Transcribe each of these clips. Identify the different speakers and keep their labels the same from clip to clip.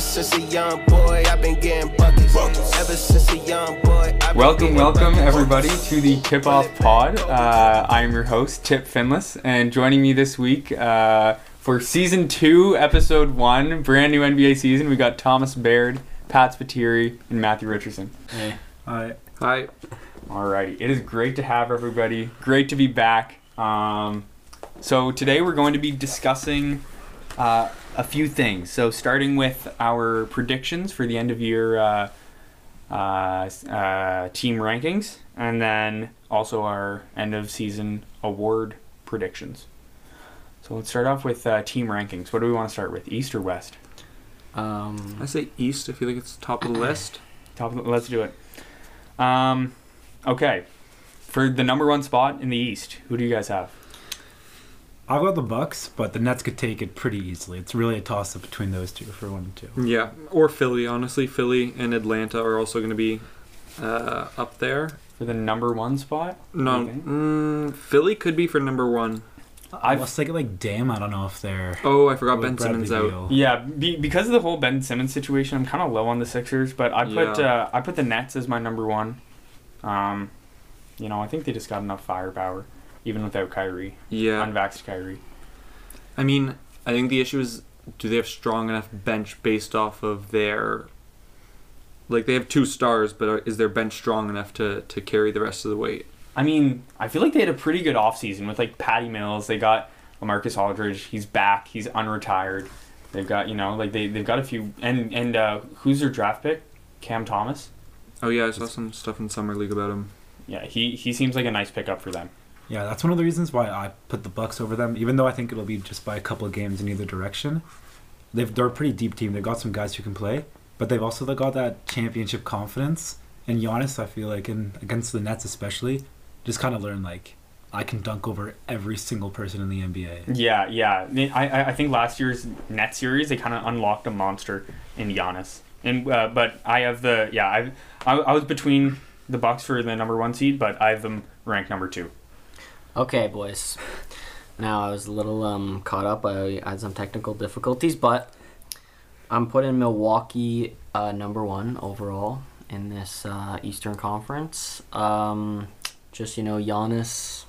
Speaker 1: since a young boy, I've been getting buckets. Ever since a young boy, I've
Speaker 2: Welcome, welcome everybody to the Tip Off Pod. Uh, I am your host, Tip Finless, and joining me this week uh, for season two, episode one, brand new NBA season, we got Thomas Baird, Pat Spatieri, and Matthew Richardson.
Speaker 3: Alright.
Speaker 4: Hi.
Speaker 2: Alrighty, it is great to have everybody. Great to be back. Um, so today we're going to be discussing uh, a few things. So starting with our predictions for the end of year uh, uh, s- uh, team rankings, and then also our end of season award predictions. So let's start off with uh, team rankings. What do we want to start with, East or West?
Speaker 4: I
Speaker 3: Um,
Speaker 4: say East. I feel like it's top of the list.
Speaker 2: Top. Of the, let's do it. Um, okay, for the number one spot in the East, who do you guys have?
Speaker 3: I've got the Bucks, but the Nets could take it pretty easily. It's really a toss up between those two for one and two.
Speaker 4: Yeah, or Philly. Honestly, Philly and Atlanta are also going to be uh, up there.
Speaker 2: For the number one spot?
Speaker 4: No,
Speaker 2: Okay.
Speaker 4: mm, Philly could be for number one.
Speaker 2: I've-
Speaker 3: Unless they get like Dame, I don't know if they're.
Speaker 4: Oh, I forgot
Speaker 3: with
Speaker 4: Ben
Speaker 3: Bradley
Speaker 4: Simmons out.
Speaker 3: Beal.
Speaker 2: Yeah, be, because of the whole Ben Simmons situation, I'm kind of low on the Sixers, but I put
Speaker 4: Yeah.
Speaker 2: uh, I put the Nets as my number one. Um, you know, I think they just got enough firepower, even without Kyrie,
Speaker 4: Yeah,
Speaker 2: unvaxxed Kyrie.
Speaker 4: I mean, I think the issue is do they have strong enough bench based off of their like they have two stars, but are, is their bench strong enough to to carry the rest of the weight?
Speaker 2: I mean, I feel like they had a pretty good offseason with like Patty Mills. They got Lamarcus Aldridge. He's back. He's unretired. They've got you know like they they've got a few and and uh, who's their draft pick? Cam Thomas.
Speaker 4: Oh yeah, I saw some stuff in summer league about him.
Speaker 2: Yeah, he he seems like a nice pickup for them.
Speaker 3: Yeah, that's one of the reasons why I put the Bucks over them, even though I think it'll be just by a couple of games in either direction. They've, they're a pretty deep team. They've got some guys who can play, but they've also got that championship confidence. And Giannis, I feel like, and against the Nets especially, just kind of learned like I can dunk over every single person in the NBA.
Speaker 2: Yeah, yeah. I- I, I think last year's net series they kind of unlocked a monster in Giannis. And uh, but I have the yeah I've, I I was between the Bucks for the number one seed, but I have them ranked number two.
Speaker 5: Okay, boys. Now I was a little um, caught up. I had some technical difficulties, but I'm putting Milwaukee uh, number one overall in this uh, Eastern Conference. Um, just you know, Giannis,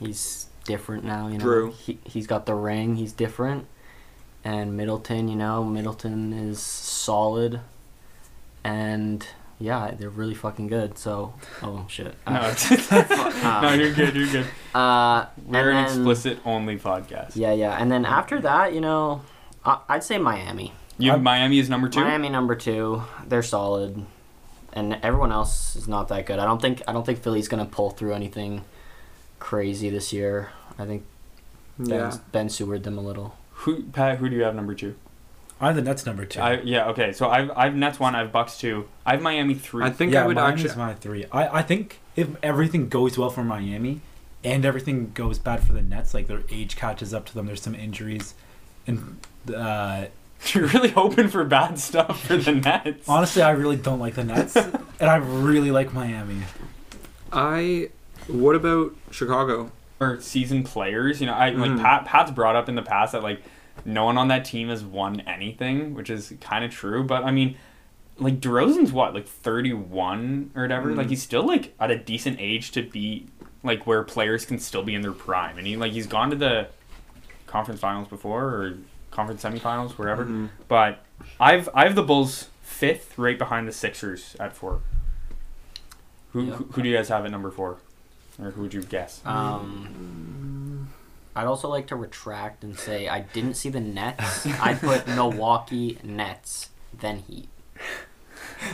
Speaker 5: he's different now. You know,
Speaker 4: Drew.
Speaker 5: He, he's got the ring. He's different. And Middleton, you know, Middleton is solid, and yeah, they're really fucking good. So, oh shit.
Speaker 2: No,
Speaker 5: Uh,
Speaker 2: it's- no,
Speaker 5: um,
Speaker 2: you're good. You're good.
Speaker 5: uh,
Speaker 2: We're
Speaker 5: and
Speaker 2: an
Speaker 5: then-
Speaker 2: explicit only podcast.
Speaker 5: yeah, yeah. And then after that, you know, I- I'd say Miami.
Speaker 2: You have
Speaker 3: I'm-
Speaker 2: Miami is number two.
Speaker 5: Miami number two. They're solid, and everyone else is not that good. I don't think I don't think Philly's gonna pull through anything crazy this year. I think
Speaker 4: Yeah,
Speaker 5: Ben, ben Seward them a little.
Speaker 2: Who Pat? Who do you have number two?
Speaker 3: I have the Nets number two.
Speaker 2: I yeah okay. So I've I've Nets one. I've Bucks two. I have Miami three.
Speaker 4: I think
Speaker 3: yeah,
Speaker 4: I would
Speaker 3: Miami's
Speaker 4: actually.
Speaker 3: my three. I, I think if everything goes well for Miami and everything goes bad for the Nets, like their age catches up to them, there's some injuries. And uh,
Speaker 2: you're really hoping for bad stuff for the Nets.
Speaker 3: honestly, I really don't like the Nets. and I really like Miami.
Speaker 4: I. What about Chicago?
Speaker 2: or season players. You know, I like
Speaker 4: Mm.
Speaker 2: Pat. Pat's brought up in the past that like no one on that team has won anything, which is kind of true. But I mean, like DeRozan's what like thirty one or whatever.
Speaker 4: Mm.
Speaker 2: Like he's still like at a decent age to be like where players can still be in their prime, and he like he's gone to the conference finals before or conference semifinals, wherever.
Speaker 4: Mhm.
Speaker 2: But I've I have the Bulls fifth, right behind the Sixers at four. Who,
Speaker 5: Yeah.
Speaker 2: who, who do you guys have at number four? Or who would you guess?
Speaker 5: Um,
Speaker 4: Mm,
Speaker 5: I'd also like to retract and say I didn't see the Nets. I put Milwaukee Nets, then Heat.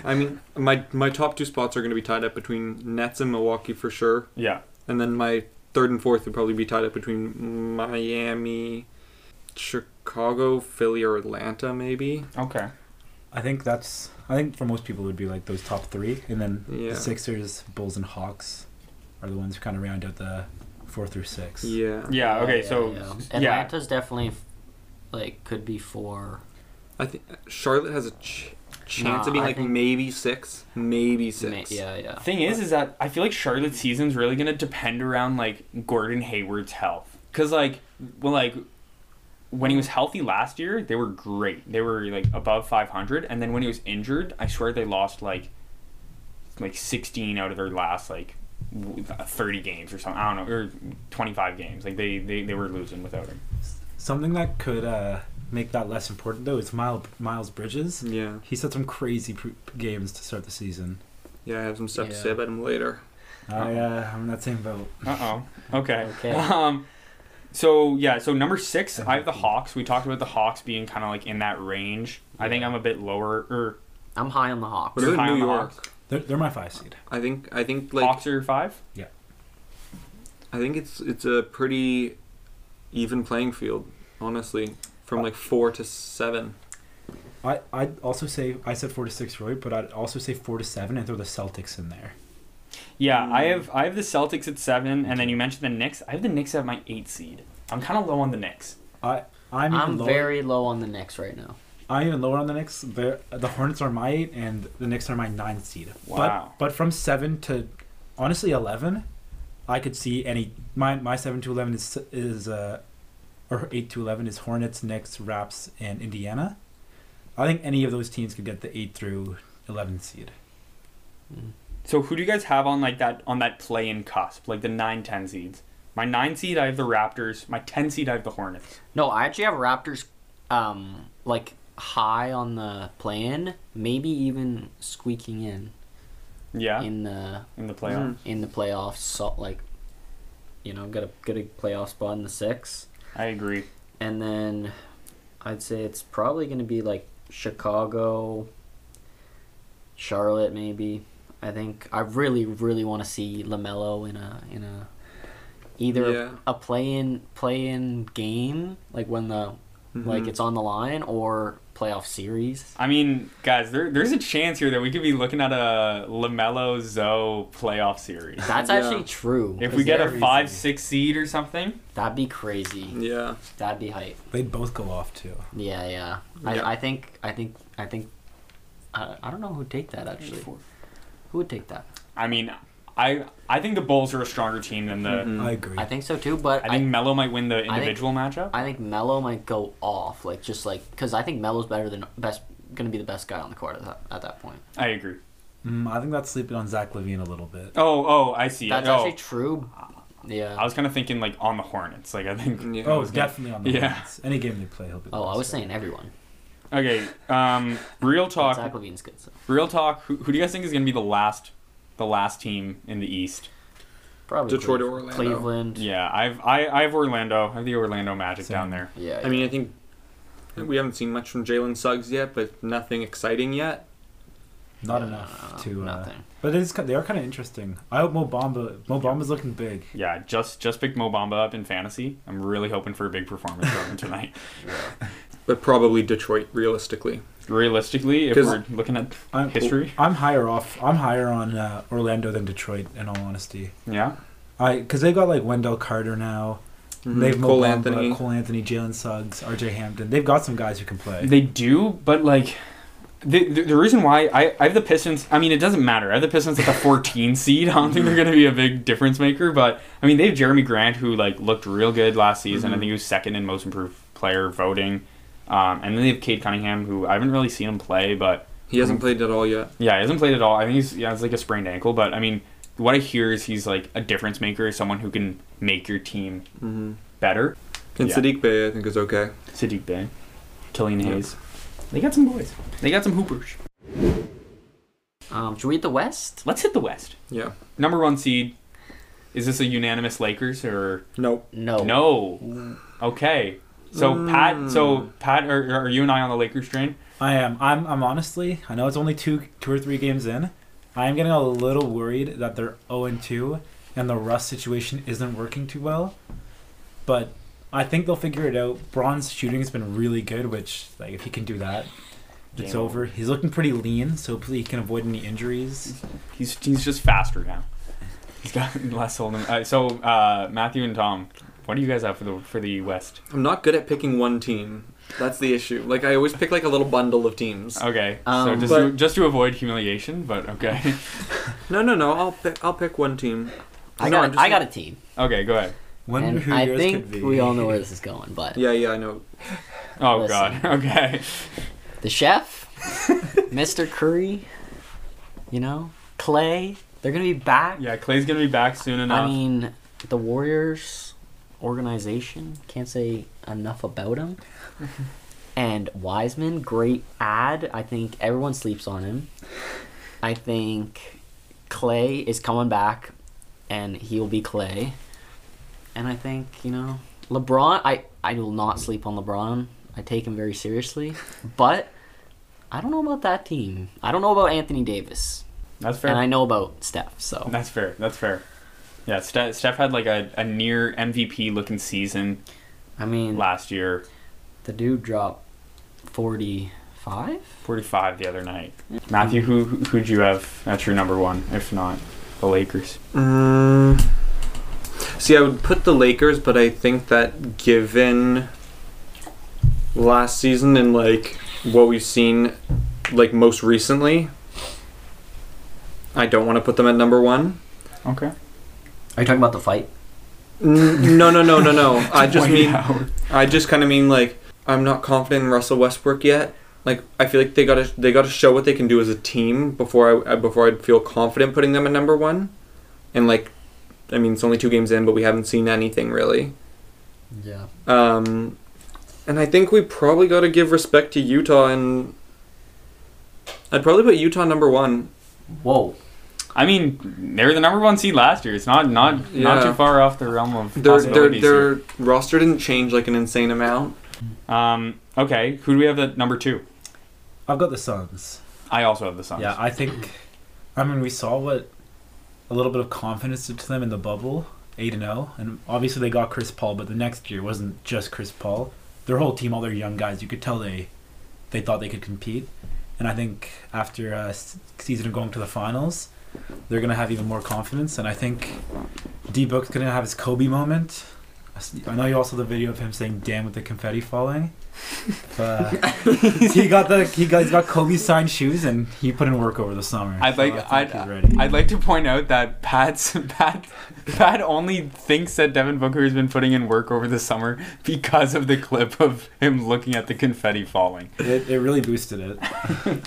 Speaker 4: I mean, my my top two spots are going to be tied up between Nets and Milwaukee for sure,
Speaker 2: Yeah.
Speaker 4: and then my third and fourth would probably be tied up between Miami, Chicago, Philly, or Atlanta, maybe.
Speaker 2: Okay.
Speaker 3: I think that's. I think for most people, it would be like those top three, and then
Speaker 4: Yeah.
Speaker 3: the Sixers, Bulls, and Hawks are the ones who kind of round out the four through six.
Speaker 4: Yeah,
Speaker 2: Yeah. Okay. So.
Speaker 5: yeah.
Speaker 2: Yeah.
Speaker 5: Atlanta's definitely f- like could be four.
Speaker 4: I think Charlotte has a ch- chance
Speaker 5: Nah,
Speaker 4: of being
Speaker 5: I
Speaker 4: like
Speaker 5: think-
Speaker 4: maybe six, maybe
Speaker 5: Ma-
Speaker 4: six.
Speaker 5: Yeah, yeah.
Speaker 2: Thing is, is that I feel like Charlotte's season's really gonna depend around like Gordon Hayward's health, cause like, well, like, when he was healthy last year, they were great. They were like above 500, and then when he was injured, I swear they lost like like 16 out of their last like w- 30 games or something. I don't know, or 25 games. Like they they, they were losing without him.
Speaker 3: Something that could uh, make that less important though is Miles Miles Bridges.
Speaker 4: Yeah.
Speaker 3: He set some crazy pr- games to start the season.
Speaker 4: Yeah, I have some stuff to
Speaker 5: Yeah.
Speaker 4: say about him later.
Speaker 3: I uh, I'm in that same boat.
Speaker 2: Uh oh. Okay.
Speaker 5: Okay.
Speaker 2: Um, so yeah, so number six, I have the Hawks. We talked about the Hawks being kind of like in that range. I think I'm a bit lower. er, Or
Speaker 5: I'm high on the Hawks.
Speaker 4: What
Speaker 2: You're high
Speaker 4: about New
Speaker 2: on the
Speaker 4: York?
Speaker 3: They're, they're my five seed.
Speaker 4: I think I think like
Speaker 2: Hawks are five.
Speaker 4: I think it's it's a pretty even playing field, honestly,
Speaker 5: Uh,
Speaker 4: from like four to seven.
Speaker 3: I I'd also say I said four to six earlier, but I'd also say four to seven and throw the Celtics in there.
Speaker 2: Yeah, I have I have the Celtics at seven, and then you mentioned the Knicks. I have the Knicks at my eight seed. I'm kind of low on the Knicks.
Speaker 3: I I'm, even
Speaker 5: I'm
Speaker 3: lower,
Speaker 5: very low on the Knicks right now.
Speaker 3: I'm even lower on the Knicks. The the Hornets are my eight, and the Knicks are my nine seed.
Speaker 2: Wow.
Speaker 3: But but from seven to honestly eleven, I could see any my my seven to eleven is is uh or eight to eleven is Hornets, Knicks, Raps, and Indiana. I think any of those teams could get the eight through eleven seed.
Speaker 2: So who do you guys have on like that on that play in cusp, like the nine ten seeds? My nine seed, I have the Raptors. My ten seed, I have the Hornets.
Speaker 5: No, I actually have Raptors um like high on the play-in, maybe even squeaking in
Speaker 2: Yeah, in,
Speaker 5: in the
Speaker 2: the
Speaker 3: Hmm.
Speaker 2: playoffs.
Speaker 5: in the playoffs. So, like, you know, get a get a playoff spot in the six,
Speaker 2: I agree.
Speaker 5: and then I'd say it's probably going to be like Chicago, Charlotte, maybe. I think I really, really want to see Lamelo in a in a either
Speaker 4: Yeah.
Speaker 5: a play-in play-in game, like when the
Speaker 4: Mm-hmm.
Speaker 5: like it's on the line, or playoff series.
Speaker 2: I mean, guys, there, there's a chance here that we could be looking at a Lamelo Zoe playoff series.
Speaker 5: That's
Speaker 4: Yeah.
Speaker 5: actually true.
Speaker 2: If
Speaker 5: 'cause
Speaker 2: we get a
Speaker 5: they're-
Speaker 2: five six seed or something,
Speaker 5: that'd be crazy.
Speaker 4: Yeah.
Speaker 5: That'd be hype.
Speaker 3: They'd both go off too.
Speaker 5: Yeah, yeah.
Speaker 4: Yeah.
Speaker 5: I, I think I think I think I, I don't know who'd take that actually. Who would take that?
Speaker 2: I mean, I I think the Bulls are a stronger team than the.
Speaker 4: Mhm.
Speaker 3: I agree.
Speaker 5: Mm-hmm. Hmm. I think so too, but
Speaker 2: I think Melo might win the
Speaker 5: think-
Speaker 2: individual matchup.
Speaker 5: I think Melo might go off, like just like because I think Melo's better than best, gonna be the best guy on the court at that, at that point.
Speaker 2: I agree.
Speaker 3: Mm, I think that's sleeping on Zach Levine a little bit.
Speaker 2: Oh, oh, I see.
Speaker 5: That's
Speaker 2: oh,
Speaker 5: actually true. Yeah.
Speaker 2: I was kind of thinking like on the Hornets. Like I think.
Speaker 4: Yeah.
Speaker 3: Oh,
Speaker 2: was gonna-
Speaker 3: definitely on the
Speaker 2: yeah.
Speaker 3: Hornets. Any game they play, he'll be. the
Speaker 5: oh, I
Speaker 3: best
Speaker 5: was
Speaker 3: player.
Speaker 5: saying everyone.
Speaker 2: Okay. Um, real talk.
Speaker 5: Zach Levine's good. So.
Speaker 2: Real talk. Who, who do you guys think is gonna be the last, the last team in the East?
Speaker 5: Probably
Speaker 4: Detroit or
Speaker 5: Cleveland.
Speaker 4: Orlando.
Speaker 5: Cleveland.
Speaker 2: Yeah, I've I, I have Orlando. I have the Orlando Magic
Speaker 3: Same.
Speaker 2: down there.
Speaker 5: Yeah.
Speaker 4: I mean, I think we haven't seen much from Jalen Suggs yet, but nothing exciting yet.
Speaker 3: Not
Speaker 5: yeah,
Speaker 3: enough to. Uh,
Speaker 5: nothing.
Speaker 3: but it's ki- they are kind of interesting. I hope Mobamba Mobamba's looking big.
Speaker 2: Yeah, just just picked Mo Bamba up in fantasy. I'm really hoping for a big performance from him tonight.
Speaker 4: But probably Detroit, realistically.
Speaker 2: Realistically, if
Speaker 4: 'Cause-
Speaker 2: we're looking at
Speaker 3: I'm,
Speaker 2: history,
Speaker 3: I'm higher off. I'm higher on uh, Orlando than Detroit. In all honesty,
Speaker 2: yeah,
Speaker 3: I because they got like Wendell Carter now.
Speaker 4: Mhm.
Speaker 3: They've
Speaker 4: Cole
Speaker 3: Mobamba,
Speaker 4: Anthony.
Speaker 3: Cole Anthony, Jalen Suggs, R.J. Hampton. They've got some guys who can play.
Speaker 2: they do. But like, the, the the reason why I I have the Pistons. I mean, it doesn't matter. I have the Pistons at the 14 seed. I don't think they're going to be a big difference maker. But I mean, they have Jeremy Grant, who like looked real good last season. I think he was second in most improved player voting. Um, and then they have Cade Cunningham, who I haven't really seen him play, but
Speaker 4: He hasn't
Speaker 5: Mm.
Speaker 4: played at all yet.
Speaker 2: Yeah, he hasn't played at all. I think he's yeah, it's like a sprained ankle, but I mean, what I hear is he's like a difference maker, someone who can make your team
Speaker 4: Mm-hmm.
Speaker 2: better.
Speaker 4: And
Speaker 2: Yeah.
Speaker 4: Sadiq Bey, I think, is okay.
Speaker 2: Sadiq Bay, Killian
Speaker 4: Yep.
Speaker 2: Hayes. They got some boys. They got some hoopers.
Speaker 5: Um, should we hit the West?
Speaker 2: Let's hit the West.
Speaker 4: Yeah.
Speaker 2: Number one seed. Is this a unanimous Lakers or
Speaker 4: Nope.
Speaker 5: No.
Speaker 2: no? Okay. So Pat,
Speaker 4: Mm.
Speaker 2: so Pat, are, are you and I on the Lakers train?
Speaker 3: I am. I'm. I'm honestly. I know it's only two, two or three games in. I am getting a little worried that they're zero and two, and the Russ situation isn't working too well. But I think they'll figure it out. Braun's shooting has been really good, which like if he can do that, it's
Speaker 2: Game
Speaker 3: over. He's looking pretty lean, so hopefully he can avoid any injuries.
Speaker 2: He's he's just faster now. He's got less holding. Uh, so uh, Matthew and Tom, what do you guys have for the for the West?
Speaker 4: I'm not good at picking one team. That's the issue. Like, I always pick, like, a little bundle of teams.
Speaker 2: Okay, so
Speaker 5: Um,
Speaker 2: just
Speaker 4: but-
Speaker 2: to, just to avoid humiliation, but okay,
Speaker 4: No, no, no. I'll pick, I'll pick one team.
Speaker 5: I
Speaker 4: No,
Speaker 5: got.
Speaker 4: I'm
Speaker 5: a-
Speaker 4: just
Speaker 5: I got a
Speaker 4: like-
Speaker 5: team.
Speaker 2: okay, go ahead.
Speaker 3: Wonder
Speaker 5: and
Speaker 3: who
Speaker 5: I
Speaker 3: yours
Speaker 5: think
Speaker 3: could be.
Speaker 5: we all know where this is going, but
Speaker 4: Yeah, yeah, I know.
Speaker 2: Oh
Speaker 5: Listen.
Speaker 2: God. Okay.
Speaker 5: The chef, Mr. Curry, you know, Clay, they're going to be back.
Speaker 2: Yeah, Clay's gonna be back soon enough.
Speaker 5: I mean, the Warriors organization can't say enough about him. and Wiseman, great ad. I think everyone sleeps on him. I think Clay is coming back, and he'll be Clay. And I think you know LeBron. I I will not sleep on LeBron. I take him very seriously, but I don't know about that team. I don't know about Anthony Davis,
Speaker 2: That's fair.
Speaker 5: and I know about Steph. So
Speaker 2: That's fair. That's fair. Yeah, Steph, Steph had like a, a near MVP looking season
Speaker 5: I mean,
Speaker 2: last year,
Speaker 5: The dude dropped 45?
Speaker 2: 45 the other night.
Speaker 5: Mm.
Speaker 2: Matthew, who who'd you have at your number one, if not the Lakers?
Speaker 4: Mm. See, I would put the Lakers, but I think that given last season and like what we've seen, like most recently, I don't want to put them at number one.
Speaker 2: Okay.
Speaker 5: Are you talking about the fight?
Speaker 4: N- No, no, no, no, no. I just
Speaker 2: Point
Speaker 4: mean,
Speaker 2: out.
Speaker 4: I just kind of mean like I'm not confident in Russell Westbrook yet. Like I feel like they gotta they gotta show what they can do as a team before I before I'd feel confident putting them at number one. And like, I mean, it's only two games in, but we haven't seen anything really.
Speaker 5: Yeah.
Speaker 4: Um, and I think we probably got to give respect to Utah, and I'd probably put Utah number one.
Speaker 5: Whoa.
Speaker 2: I mean, they were the number one seed last year. It's not not not
Speaker 4: Yeah.
Speaker 2: too far off the realm of
Speaker 4: Their their
Speaker 2: possibilities. here.
Speaker 4: their roster didn't change like an insane amount.
Speaker 2: Um. Okay. Who do we have at number two?
Speaker 3: I've got the Suns.
Speaker 2: I also have the Suns.
Speaker 3: Yeah, I think. I mean, we saw what a little bit of confidence did to them in the bubble, eight and zero, and obviously they got Chris Paul. But the next year wasn't just Chris Paul. Their whole team, all their young guys, you could tell they they thought they could compete. And I think after a s- season of going to the finals, they're gonna have even more confidence. And I think D Book's gonna have his Kobe moment. I s- I know you all saw the video of him saying "damn" with the confetti falling. But uh, he got the he got, he's got Kobe signed shoes and he put in work over the summer.
Speaker 2: I'd like-
Speaker 3: I think
Speaker 2: I'd-
Speaker 3: he's ready.
Speaker 2: I'd like to point out that Pat's Pat Pat only thinks that Devin Booker has been putting in work over the summer because of the clip of him looking at the confetti falling.
Speaker 3: It, it really boosted it.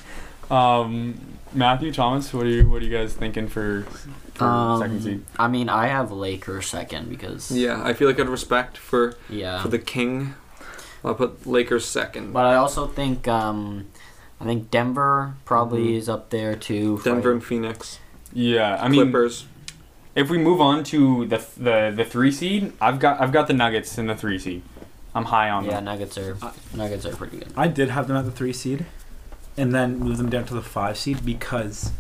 Speaker 2: Um, Matthew Thomas, what are you what are you guys thinking for, for second seed?
Speaker 5: Um, I mean, I have Lakers second because.
Speaker 4: Yeah, I feel like I'd respect for
Speaker 5: Yeah.
Speaker 4: for the king. I'll put Lakers second.
Speaker 5: but I also think. um I think Denver probably
Speaker 4: Mhm.
Speaker 5: is up there too. for-
Speaker 4: Denver and Phoenix,
Speaker 2: Yeah, I mean,
Speaker 4: Clippers.
Speaker 2: if we move on to the the the three seed, I've got I've got the Nuggets in the three seed. I'm high on
Speaker 5: Yeah,
Speaker 2: them.
Speaker 5: Nuggets are Nuggets are pretty good.
Speaker 3: I did have them at the three seed, and then move them down to the five seed because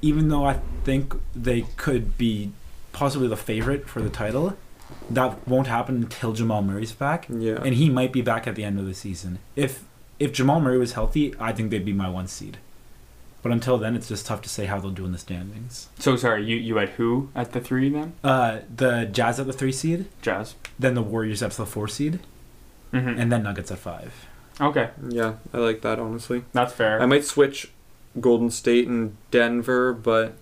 Speaker 3: even though I think they could be possibly the favorite for the title, that won't happen until Jamal Murray's back,
Speaker 4: Yeah,
Speaker 3: and he might be back at the end of the season. If if Jamal Murray was healthy, I think they'd be my one seed. But until then, it's just tough to say how they'll do in the standings.
Speaker 2: So sorry, you you had who at the three then?
Speaker 3: Uh, the Jazz at the three seed,
Speaker 2: Jazz.
Speaker 3: then the Warriors at the four seed,
Speaker 2: hmm
Speaker 3: and then Nuggets at five.
Speaker 2: Okay,
Speaker 4: yeah, I like that honestly.
Speaker 2: that's fair.
Speaker 4: I
Speaker 5: Um,
Speaker 4: might switch Golden State and Denver, but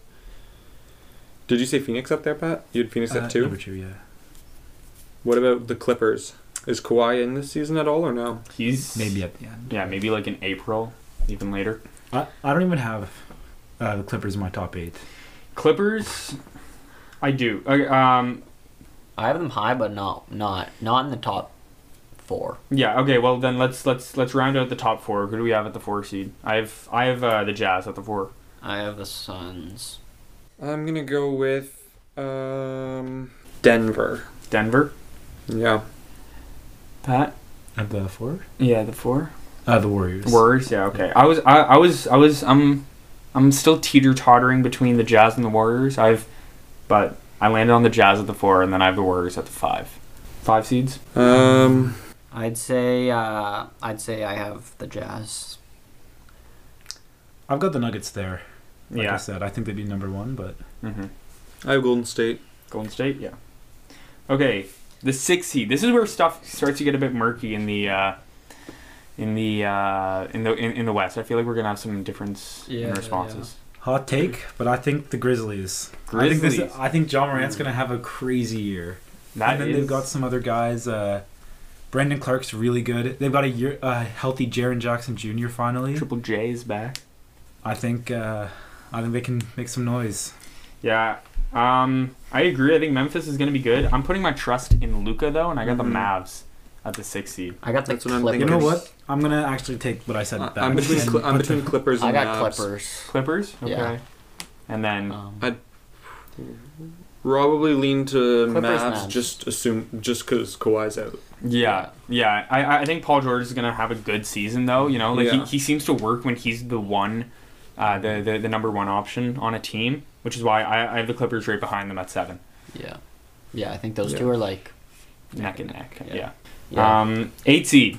Speaker 4: did you say Phoenix up there, Pat? You had Phoenix
Speaker 3: Uh,
Speaker 4: at two.
Speaker 3: Number two, yeah.
Speaker 4: What about the Clippers? Is Kawhi in this season at all or no?
Speaker 2: He's
Speaker 3: Maybe at the end.
Speaker 2: yeah maybe like in April, even later.
Speaker 3: I, I don't even have uh, the Clippers in my top eight.
Speaker 2: Clippers, I do. Okay, um,
Speaker 5: I have them high, but not not not in the top four.
Speaker 2: yeah. Okay. Well, then let's let's let's round out the top four. Who do we have at the four seed? I have I have uh, the Jazz at the four.
Speaker 5: I have the Suns.
Speaker 4: I'm gonna go with um Denver.
Speaker 2: Denver.
Speaker 4: Yeah.
Speaker 2: Pat.
Speaker 3: At the four?
Speaker 2: Yeah, the four.
Speaker 3: Uh, the Warriors.
Speaker 2: Warriors. Yeah. Okay. I was I, I was I was um I'm still teeter tottering between the Jazz and the Warriors. I've but I landed on the Jazz at the four, and then I have the Warriors at the five. Five seeds.
Speaker 4: Um
Speaker 5: I'd say uh, I'd say I have the Jazz.
Speaker 3: I've got the Nuggets there. Like I
Speaker 2: yeah.
Speaker 3: said, I think they'd be number one, but
Speaker 2: Mm-hmm.
Speaker 4: I have Golden State.
Speaker 2: Golden State, yeah. Okay, the six seed. This is where stuff starts to get a bit murky in the uh, in the uh, in the in, in the West. I feel like we're gonna have some difference
Speaker 5: Yeah,
Speaker 2: in responses.
Speaker 3: hot take. But I think the Grizzlies. I think,
Speaker 2: Grizzlies.
Speaker 3: this, I think John Morant's going to have a crazy year.
Speaker 2: That
Speaker 3: and then
Speaker 2: is-
Speaker 3: they've got some other guys. Uh, Brendan Clark's really good. They've got a year, uh, healthy Jaron Jackson Jr. Finally,
Speaker 2: Triple J is back.
Speaker 3: I think. Uh, I think they can make some noise.
Speaker 2: Yeah. Um, I agree. I think Memphis is going to be good. I'm putting my trust in Luca though, and I got
Speaker 4: Mhm.
Speaker 5: Mm-hmm.
Speaker 2: the Mavs at the six seed.
Speaker 5: I got the
Speaker 4: That's what I'm
Speaker 5: Clippers.
Speaker 4: thinking.
Speaker 3: You know what? I'm gonna actually take what I said back.
Speaker 4: I'm between
Speaker 3: and
Speaker 4: Cl- I'm
Speaker 3: put
Speaker 4: between
Speaker 3: the-
Speaker 4: Clippers and
Speaker 5: I got
Speaker 4: Mavs.
Speaker 5: Clippers.
Speaker 2: Clippers. Okay.
Speaker 5: Yeah.
Speaker 2: And then
Speaker 5: Um,
Speaker 4: I- Probably lean to
Speaker 5: Clippers,
Speaker 4: Mavs,
Speaker 5: Mavs.
Speaker 4: Just assume just because Kawhi's out.
Speaker 2: yeah, yeah. I- I I think Paul George is going to have a good season though. You know, like
Speaker 4: Yeah.
Speaker 2: he, he seems to work when he's the one, uh, the, the the number one option on a team, which is why I, I have the Clippers right behind them at seven,
Speaker 5: yeah, yeah. I think those
Speaker 4: Yeah.
Speaker 5: two are like.
Speaker 2: neck and neck.
Speaker 5: Yeah.
Speaker 2: Yeah.
Speaker 5: Yeah.
Speaker 2: Um, eight seed.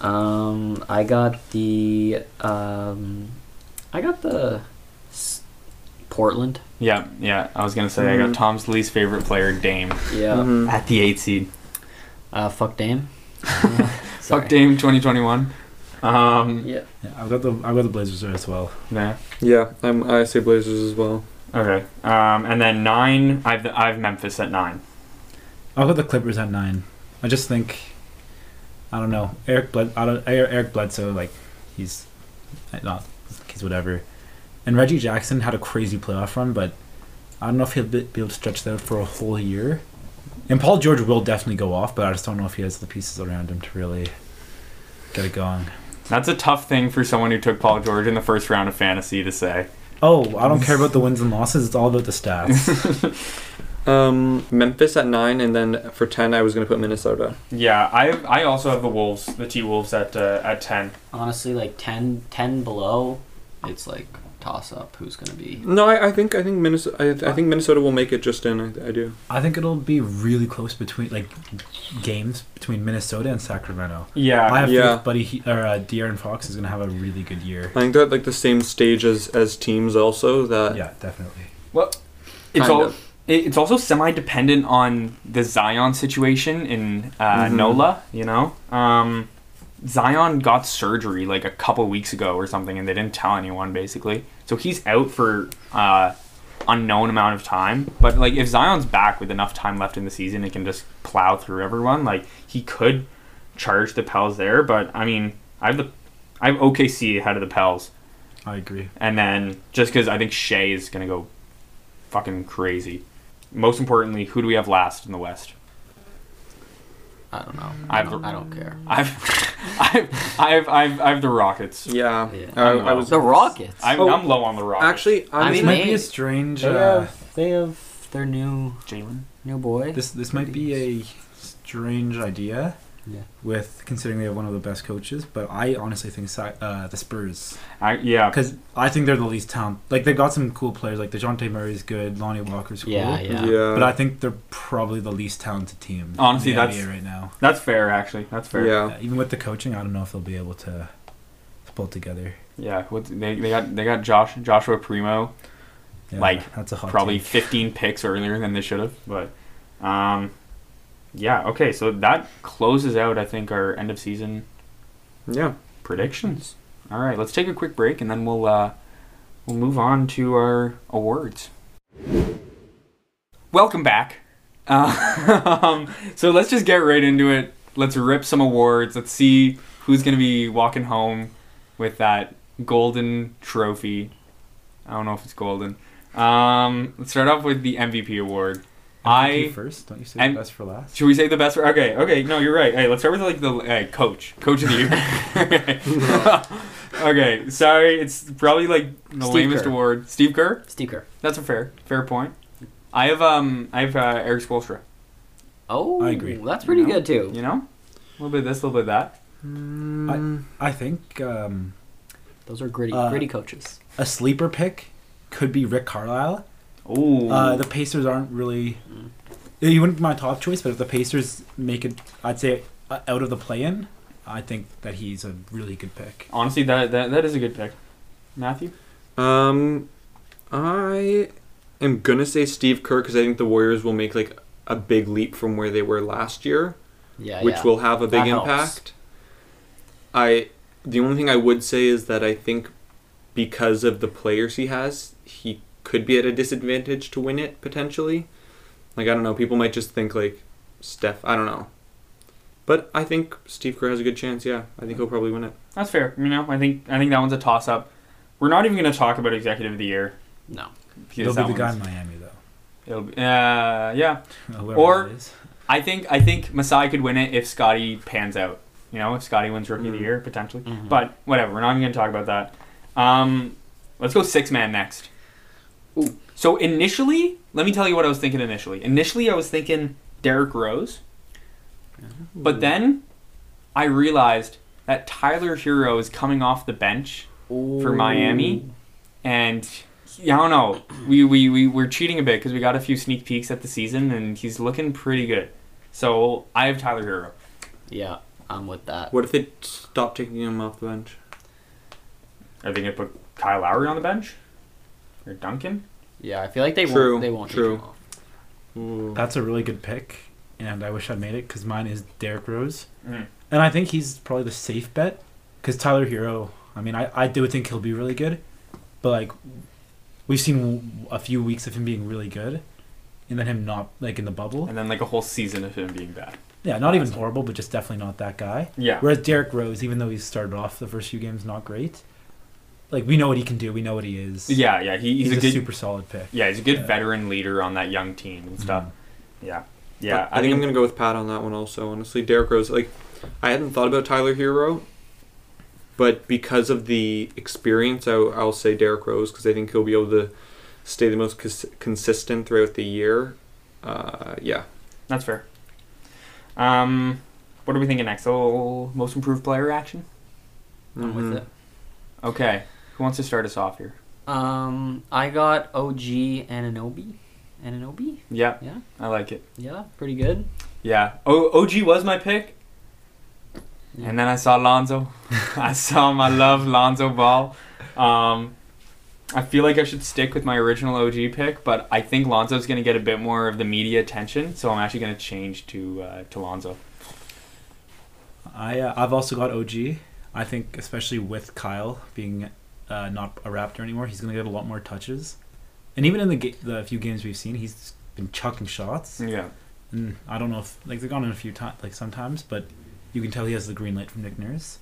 Speaker 5: Um, I got the um, I got the s- Portland.
Speaker 2: Yeah, yeah. I was gonna say I got
Speaker 5: Hmm.
Speaker 4: Mhm.
Speaker 2: Tom's least favorite player, Dame,
Speaker 5: Yeah.
Speaker 4: Mhm.
Speaker 2: at the eight seed.
Speaker 5: Uh, fuck Dame. Sorry.
Speaker 2: Fuck Dame 2021. Um,
Speaker 5: Yeah.
Speaker 3: Yeah, I've got the I've got the Blazers there as well.
Speaker 2: yeah.
Speaker 4: Yeah, I'm, I say Blazers as well.
Speaker 2: Okay. Um, and then nine. I've I've Memphis at nine.
Speaker 3: I'll put the Clippers at nine. I just think, I don't know, Eric Bled, I don't, Er- Eric Bledsoe, like he's not, he's whatever. And Reggie Jackson had a crazy playoff run, but I don't know if he'll be, be able to stretch that for a whole year. And Paul George will definitely go off, but I just don't know if he has the pieces around him to really get it going.
Speaker 2: That's a tough thing for someone who took Paul George in the first round of fantasy to say.
Speaker 3: Oh, I don't care about the wins and losses; it's all about the stats.
Speaker 4: Um, Memphis at nine, and then for ten, I was gonna put Minnesota.
Speaker 2: Yeah, I I also have the Wolves, the T Wolves at uh, at ten.
Speaker 5: Honestly, like 10, 10 below, it's like toss up. Who's gonna be?
Speaker 4: No, I, I think I think Minnesota. I, I think Minnesota will make it just in. I, I do.
Speaker 3: I think it'll be really close between like games between Minnesota and Sacramento.
Speaker 2: Yeah.
Speaker 3: I have
Speaker 4: Yeah.
Speaker 3: faith, buddy. He, or uh, De'Aaron Fox is gonna have a really good year.
Speaker 4: I think they're at like the same stage as as teams. Also, that
Speaker 3: Yeah, definitely.
Speaker 2: it's
Speaker 4: kind
Speaker 2: all.
Speaker 4: of.
Speaker 2: it- It's also semi-dependent on the Zion situation in uh,
Speaker 4: Mhm.
Speaker 2: Nola. You know, um, Zion got surgery like a couple weeks ago or something, and they didn't tell anyone basically. So he's out for uh, unknown amount of time. But like, if Zion's back with enough time left in the season, it can just plow through everyone. Like he could charge the Pels there, but I mean, I have the I have OKC ahead of the Pels,
Speaker 3: I agree.
Speaker 2: and then just because I think Shea is gonna go fucking crazy. Most importantly, who do we have last in the West?
Speaker 5: I don't know. I
Speaker 2: I've-
Speaker 5: don't, I don't care.
Speaker 2: I've, I've, I've, I've, I've the Rockets.
Speaker 4: Yeah,
Speaker 5: Yeah.
Speaker 4: I, I
Speaker 2: I'm
Speaker 4: was
Speaker 5: The Rockets.
Speaker 2: I'm,
Speaker 4: Oh.
Speaker 2: I'm low on the Rockets.
Speaker 4: actually. I,
Speaker 5: I
Speaker 3: This
Speaker 5: mean,
Speaker 3: might be
Speaker 5: they-
Speaker 3: a strange.
Speaker 5: they
Speaker 3: Uh,
Speaker 5: have they have their new
Speaker 2: Jalen.
Speaker 5: new boy.
Speaker 3: this this might be a strange idea.
Speaker 5: Yeah.
Speaker 3: With considering they have one of the best coaches, but I honestly think Sa- uh, the Spurs
Speaker 2: I, yeah,
Speaker 3: because I think they're the least talent. Like they've got some cool players, like Dejounte Murray's good, Lonnie Walker's cool.
Speaker 5: yeah,
Speaker 4: yeah.
Speaker 5: yeah,
Speaker 3: But I think they're probably the least talented team.
Speaker 2: Honestly,
Speaker 3: in the
Speaker 2: that's-
Speaker 3: NBA right now.
Speaker 2: that's fair. Actually, that's fair. Yeah,
Speaker 4: yeah.
Speaker 3: Uh, even with the coaching, I don't know if they'll be able to, to pull it together.
Speaker 2: What, they, they got they got Josh Joshua Primo
Speaker 3: Yeah,
Speaker 2: Like,
Speaker 3: that's a hot
Speaker 2: probably
Speaker 3: take.
Speaker 2: 15 picks earlier than they should have. But, um, yeah. Okay, so that closes out I think our end of season
Speaker 4: Yeah.
Speaker 2: predictions. All right, let's take a quick break and then we'll uh, we'll move on to our awards. Welcome back. Uh, um, so let's just get right into it. Let's rip some awards. Let's see who's gonna be walking home with that golden trophy. I don't know if it's golden. Um, let's start off with the MVP award.
Speaker 3: MVP
Speaker 2: I
Speaker 3: first, don't you say
Speaker 2: I'm-
Speaker 3: the best for last?
Speaker 2: should we say the best? Okay, okay. No, you're right. Hey, let's start with like the hey, coach, coach of the year. okay, sorry, it's probably like the
Speaker 5: Steve
Speaker 2: lamest
Speaker 5: Kerr.
Speaker 2: award. Steve Kerr.
Speaker 5: Steve Kerr.
Speaker 2: That's a fair, fair point. I have um, I have uh, Eric Spoelstra.
Speaker 5: Oh,
Speaker 3: I agree.
Speaker 5: That's pretty
Speaker 2: You know?
Speaker 5: good too.
Speaker 2: You know, a little bit of this, a little bit of that.
Speaker 3: I think um,
Speaker 5: Those are gritty,
Speaker 3: Uh,
Speaker 5: gritty coaches.
Speaker 3: a sleeper pick could be Rick Carlisle.
Speaker 2: Oh,
Speaker 3: Uh, the Pacers aren't really. He wouldn't be my top choice, but if the Pacers make it, I'd say uh, out of the play-in, I think that he's a really good pick.
Speaker 2: honestly, that, that that is a good pick, Matthew.
Speaker 4: Um, I am gonna say Steve Kerr because I think the Warriors will make like a big leap from where they were last year,
Speaker 5: Yeah,
Speaker 4: which
Speaker 5: yeah.
Speaker 4: will have a big
Speaker 5: That helps.
Speaker 4: impact. I the only thing I would say is that I think because of the players he has, he could be at a disadvantage to win it potentially. Like I don't know, people might just think like Steph. I don't know. But I think Steve Kerr has a good chance. Yeah, I think he'll probably win it.
Speaker 2: That's fair. You know, I think I think that one's a toss up. We're not even going to talk about executive of the year.
Speaker 5: No.
Speaker 3: He'll
Speaker 2: Because
Speaker 3: be
Speaker 2: that
Speaker 3: the guy in
Speaker 2: one's-
Speaker 3: Miami though.
Speaker 2: it'll be, uh, yeah.
Speaker 3: Whoever
Speaker 2: Or-
Speaker 3: that is.
Speaker 2: I think I think Masai could win it if Scotty pans out. You know, if Scotty wins Rookie of the
Speaker 4: Mm.
Speaker 2: Year potentially.
Speaker 5: Mhm.
Speaker 2: But whatever. We're not even going to talk about that. Um, let's go six man next.
Speaker 5: Ooh.
Speaker 2: So initially, let me tell you what I was thinking initially. Initially, I was thinking Derrick Rose. But then I realized that Tyler Hero is coming off the bench for Miami, and yeah, I don't know. We we we we're cheating a bit because we got a few sneak peeks at the season, and he's looking pretty good. So I have Tyler Hero.
Speaker 5: Yeah, I'm with that.
Speaker 4: What if they stop taking him off the bench?
Speaker 2: Are they gonna put Kyle Lowry on the bench or Duncan?
Speaker 5: Yeah, I feel like they
Speaker 4: True,
Speaker 5: won't. They won't
Speaker 4: true.
Speaker 5: Take him off.
Speaker 3: That's a really good pick, and I wish I made it because mine is Derrick Rose,
Speaker 2: Mm.
Speaker 3: and I think he's probably the safe bet because Tyler Hero. I mean, I, I do think he'll be really good, but like we've seen a few weeks of him being really good, and then him not like in the bubble.
Speaker 2: And then like a whole season of him being bad.
Speaker 3: Yeah, not even horrible, but just definitely not that guy.
Speaker 2: Yeah.
Speaker 3: Whereas Derrick Rose, even though he started off the first few games not great, like we know what he can do, we know what he is.
Speaker 2: Yeah, yeah. He, he's,
Speaker 3: he's, a,
Speaker 2: a good.
Speaker 3: super solid pick.
Speaker 2: yeah, Mm-hmm. he's a good
Speaker 3: Yeah.
Speaker 2: veteran leader on that young team and stuff. Yeah. Yeah.
Speaker 4: I, think I'm gonna go with Pat on that one also. Honestly, Derrick Rose. Like, I hadn't thought about Tyler Hero, but because of the experience, I, I'll say Derrick Rose because I think he'll be able to stay the most cons- consistent throughout the year. Uh, yeah,
Speaker 2: That's fair. Um, what are we thinking next? Oh, most improved player action.
Speaker 5: I'm
Speaker 4: Mhm.
Speaker 5: with it.
Speaker 2: Okay, who wants to start us off here?
Speaker 5: Um, I got OG Ananobi. Ananobi?
Speaker 2: Yeah,
Speaker 5: Yeah.
Speaker 2: I like it.
Speaker 5: Yeah, pretty good.
Speaker 2: Yeah, o- OG was my pick, and then I saw Lonzo. I saw my love Lonzo Ball. Um, I feel like I should stick with my original OG pick, but I think Lonzo's going to get a bit more of the media attention, so I'm actually going to change to uh, to Lonzo.
Speaker 3: I uh, I've also got OG. I think especially with Kyle being uh, not a Raptor anymore, he's gonna get a lot more touches, and even in the ga- the few games we've seen, he's been chucking shots.
Speaker 2: Yeah,
Speaker 3: And I don't know if like they've gone in a few times, like sometimes, but you can tell he has the green light from Nick Nurse.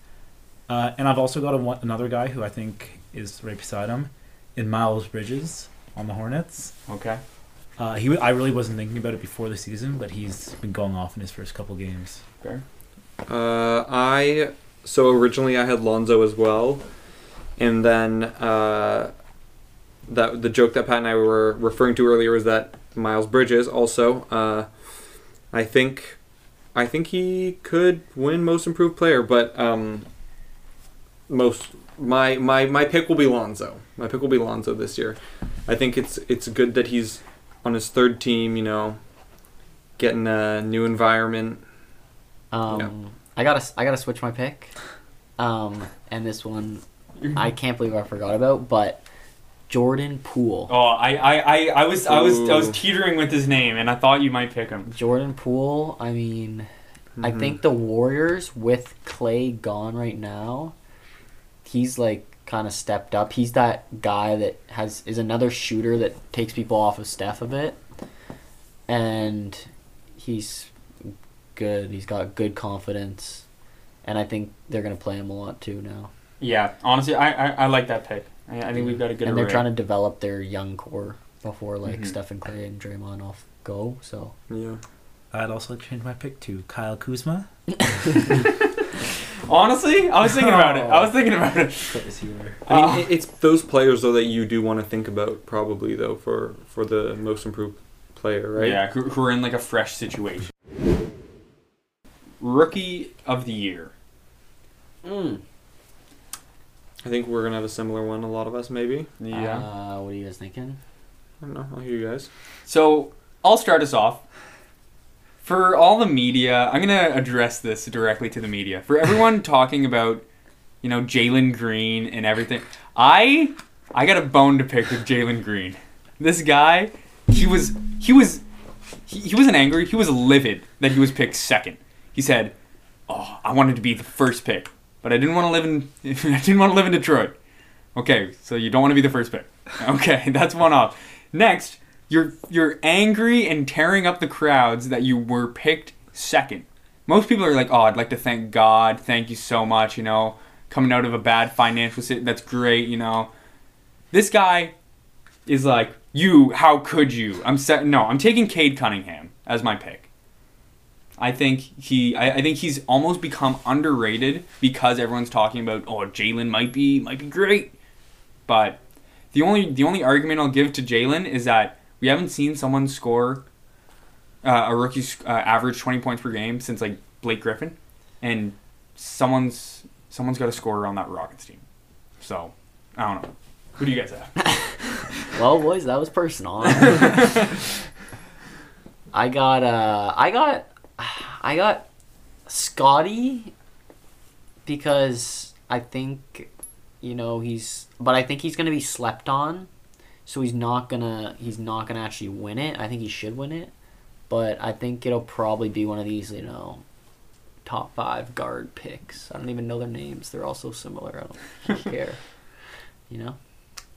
Speaker 3: Uh, and I've also got a, one, another guy who I think is right beside him, in Miles Bridges on the Hornets.
Speaker 2: okay.
Speaker 3: Uh, he I really wasn't thinking about it before the season, but he's been going off in his first couple games.
Speaker 4: Uh, I so originally I had Lonzo as well, and then uh, that the joke that Pat and I were referring to earlier was that Miles Bridges also. Uh, I think, I think he could win Most Improved Player, but um, most my my my pick will be Lonzo. My pick will be Lonzo this year. I think it's it's good that he's on his third team. You know, getting a new environment.
Speaker 5: Um, I gotta, s- I gotta switch my pick. Um, and this one, I can't believe I forgot about, but Jordan Poole.
Speaker 2: Oh, I, I, I, I was I was I was
Speaker 4: Ooh.
Speaker 2: teetering with his name, and I thought you might pick him.
Speaker 5: Jordan Poole, I mean, I
Speaker 4: Mhm.
Speaker 2: Mm-hmm.
Speaker 5: think the Warriors with Clay gone right now, he's like kind of stepped up. He's that guy that has is another shooter that takes people off of Steph a bit, and he's good. He's got good confidence, and I think they're gonna play him a lot too now.
Speaker 2: Yeah, honestly, I, I, I like that pick. I, I think we've got a good.
Speaker 5: and they're
Speaker 2: array.
Speaker 5: trying to develop their young core before like
Speaker 2: Mhm.
Speaker 5: Steph and Clay and Draymond off go. So
Speaker 4: Yeah.
Speaker 3: I'd also like to change my pick to Kyle Kuzma.
Speaker 2: Honestly, I was thinking about it. I was thinking about it.
Speaker 4: I mean, it- it's those players though that you do want to think about probably though for for the most improved player, right?
Speaker 2: Yeah, who, who are in like a fresh situation. Rookie of the year.
Speaker 5: Hmm.
Speaker 4: I think we're gonna have a similar one. A lot of us maybe.
Speaker 5: Uh, what are you guys thinking?
Speaker 4: I don't know. I'll hear you guys.
Speaker 2: So I'll start us off. For all the media, I'm gonna address this directly to the media. For everyone talking about, you know, Jalen Green and everything, I I got a bone to pick with Jalen Green. This guy, he was he was he, he wasn't angry. He was livid that he was picked second. He said, "Oh, I wanted to be the first pick, but I didn't want to live in I didn't want to live in Detroit." Okay, so you don't want to be the first pick. Okay, that's one off. Next, you're you're angry and tearing up the crowds that you were picked second. most people are like, oh, I'd like to thank God. Thank you so much. You know, coming out of a bad financial situation, that's great. You know, this guy is like, you, how could you? I'm set. No, I'm taking Cade Cunningham as my pick. I think he, I, I think he's almost become underrated because everyone's talking about, oh, Jalen might be, might be great, but the only, the only argument I'll give to Jalen is that we haven't seen someone score uh, a rookie's uh, average 20 points per game since like Blake Griffin, and someone's someone's got to score on that Rockets team. So I don't know. Who do you guys have?
Speaker 5: Well, boys, that was personal. I got uh, I got, I got Scotty because I think, you know, he's. But I think he's gonna be slept on, so he's not gonna he's not gonna actually win it. I think he should win it, but I think it'll probably be one of these, you know. Top five guard picks. I don't even know their names. They're all so similar. I don't, I don't care. You know.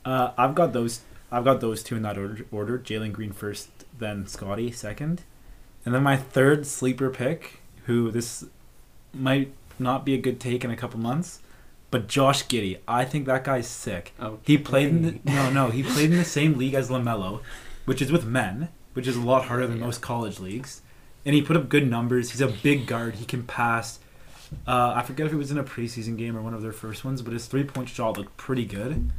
Speaker 3: Uh, I've got those. I've got those two in that order. order. Jalen Green first, then Scotty second, and then my third sleeper pick. Who this might not be a good take in a couple months, but Josh Giddy. I think that guy's sick.
Speaker 5: Oh,
Speaker 3: He played in the, no no he played in the same league as Lamelo, which is with men, which is a lot harder than most college leagues, and he put up good numbers. He's a big guard. He can pass. Uh, I forget if it was in a preseason game or one of their first ones, but his three point shot looked pretty good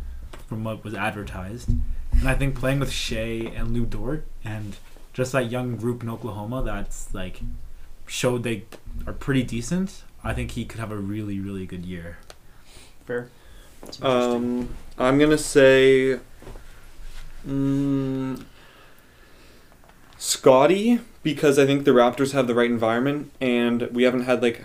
Speaker 3: from what was advertised. And I think playing with Shea and Lou Dort and just that young group in Oklahoma that's like showed they are pretty decent. I think he could have a really, really good year.
Speaker 2: Fair.
Speaker 4: Um, I'm gonna say, mm, Scotty, because I think the Raptors have the right environment, and we haven't had like,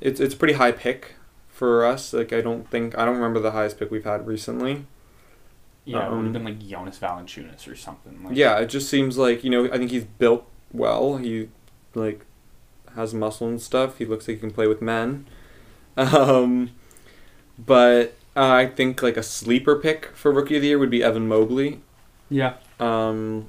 Speaker 4: it's it's a pretty high pick for us. Like I don't think I don't remember the highest pick we've had recently.
Speaker 2: Yeah, it would
Speaker 4: Um,
Speaker 2: have been like Jonas Valanciunas or something. Like,
Speaker 4: Yeah, it just seems like you know I think he's built well. He like has muscle and stuff. He looks like he can play with men. Um, but uh, I think like a sleeper pick for rookie of the year would be Evan Mobley.
Speaker 2: yeah.
Speaker 4: Um,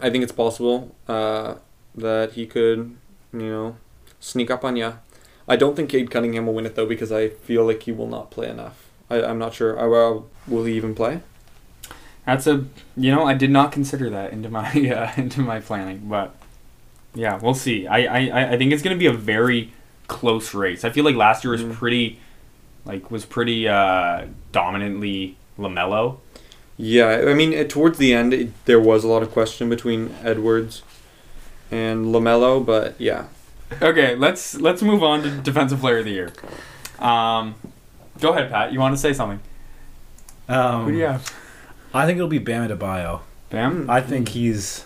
Speaker 4: I think it's possible uh, that he could, you know, sneak up on you. I don't think Cade Cunningham will win it though because I feel like he will not play enough. I, I'm not sure. Uh, well, will he even play?
Speaker 2: That's a you know I did not consider that into my uh, into my planning, but yeah, we'll see. I I, I- I think it's gonna be a very close race. I feel like last year was
Speaker 4: Mhm.
Speaker 2: pretty like was pretty uh, dominantly Lamelo.
Speaker 4: Yeah, I mean, uh, towards the end, it, there was a lot of question between Edwards and Lamelo, but yeah,
Speaker 2: Okay, let's let's move on to defensive player of the year. Um, go ahead, Pat. You want to say something?
Speaker 3: Um,
Speaker 2: Who do you have?
Speaker 3: I think it'll be Bam Adebayo.
Speaker 2: Bam.
Speaker 3: I think he's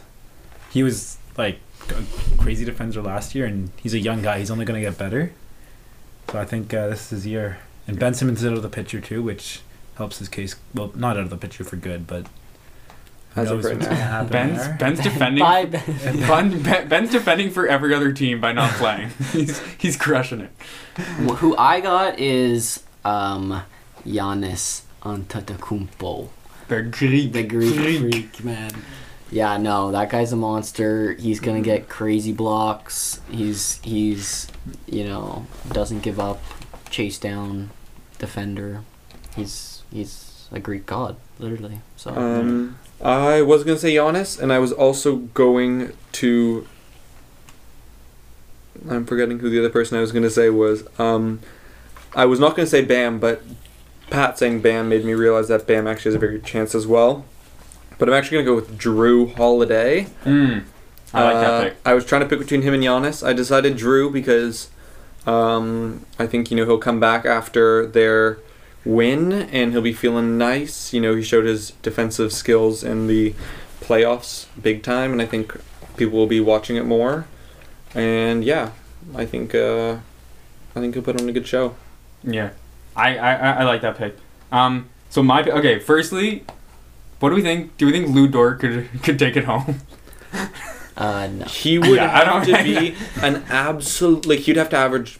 Speaker 3: he was like a crazy defender last year, and he's a young guy. He's only going to get better. So I think uh, this is his year. And Ben Simmons is out of the picture too, which helps his case. Well, not out of the picture for good, but who
Speaker 4: as of
Speaker 3: knows
Speaker 4: right
Speaker 3: what's going to
Speaker 4: now.
Speaker 3: happen
Speaker 2: Ben's
Speaker 3: there.
Speaker 2: Ben's defending.
Speaker 5: Bye, Ben.
Speaker 2: Ben, Ben- Ben's defending for every other team by not playing. he's he's crushing it.
Speaker 5: Wh- Who I got is um, Giannis Antetokounmpo,
Speaker 2: The Greek.
Speaker 5: the Greek freak man. Yeah, no, that guy's a monster. He's gonna
Speaker 4: Mm.
Speaker 5: get crazy blocks. He's he's you know doesn't give up, chase down, defender. He's he's a Greek god, literally. So
Speaker 4: Um, I was gonna say Giannis, and I was also going to. I'm forgetting who the other person I was gonna say was. Um, I was not gonna say Bam, but Pat saying Bam made me realize that Bam actually has a very good chance as well. But I'm actually gonna go with Drew Holiday.
Speaker 2: Mm, I like
Speaker 4: Uh,
Speaker 2: that pick.
Speaker 4: I was trying to pick between him and Giannis. I decided Drew because um, I think you know he'll come back after their win and he'll be feeling nice. You know he showed his defensive skills in the playoffs big time, and I think people will be watching it more. And yeah, I think uh, I think he'll put on a good show.
Speaker 2: Yeah, I, I I- I like that pick. Um, so my pick- okay. Firstly, what do we think? Do we think Lou Dort could could take it home?
Speaker 5: uh, no.
Speaker 4: He would
Speaker 2: Yeah, I
Speaker 4: have
Speaker 2: don't-
Speaker 4: to be an absolute like he'd have to average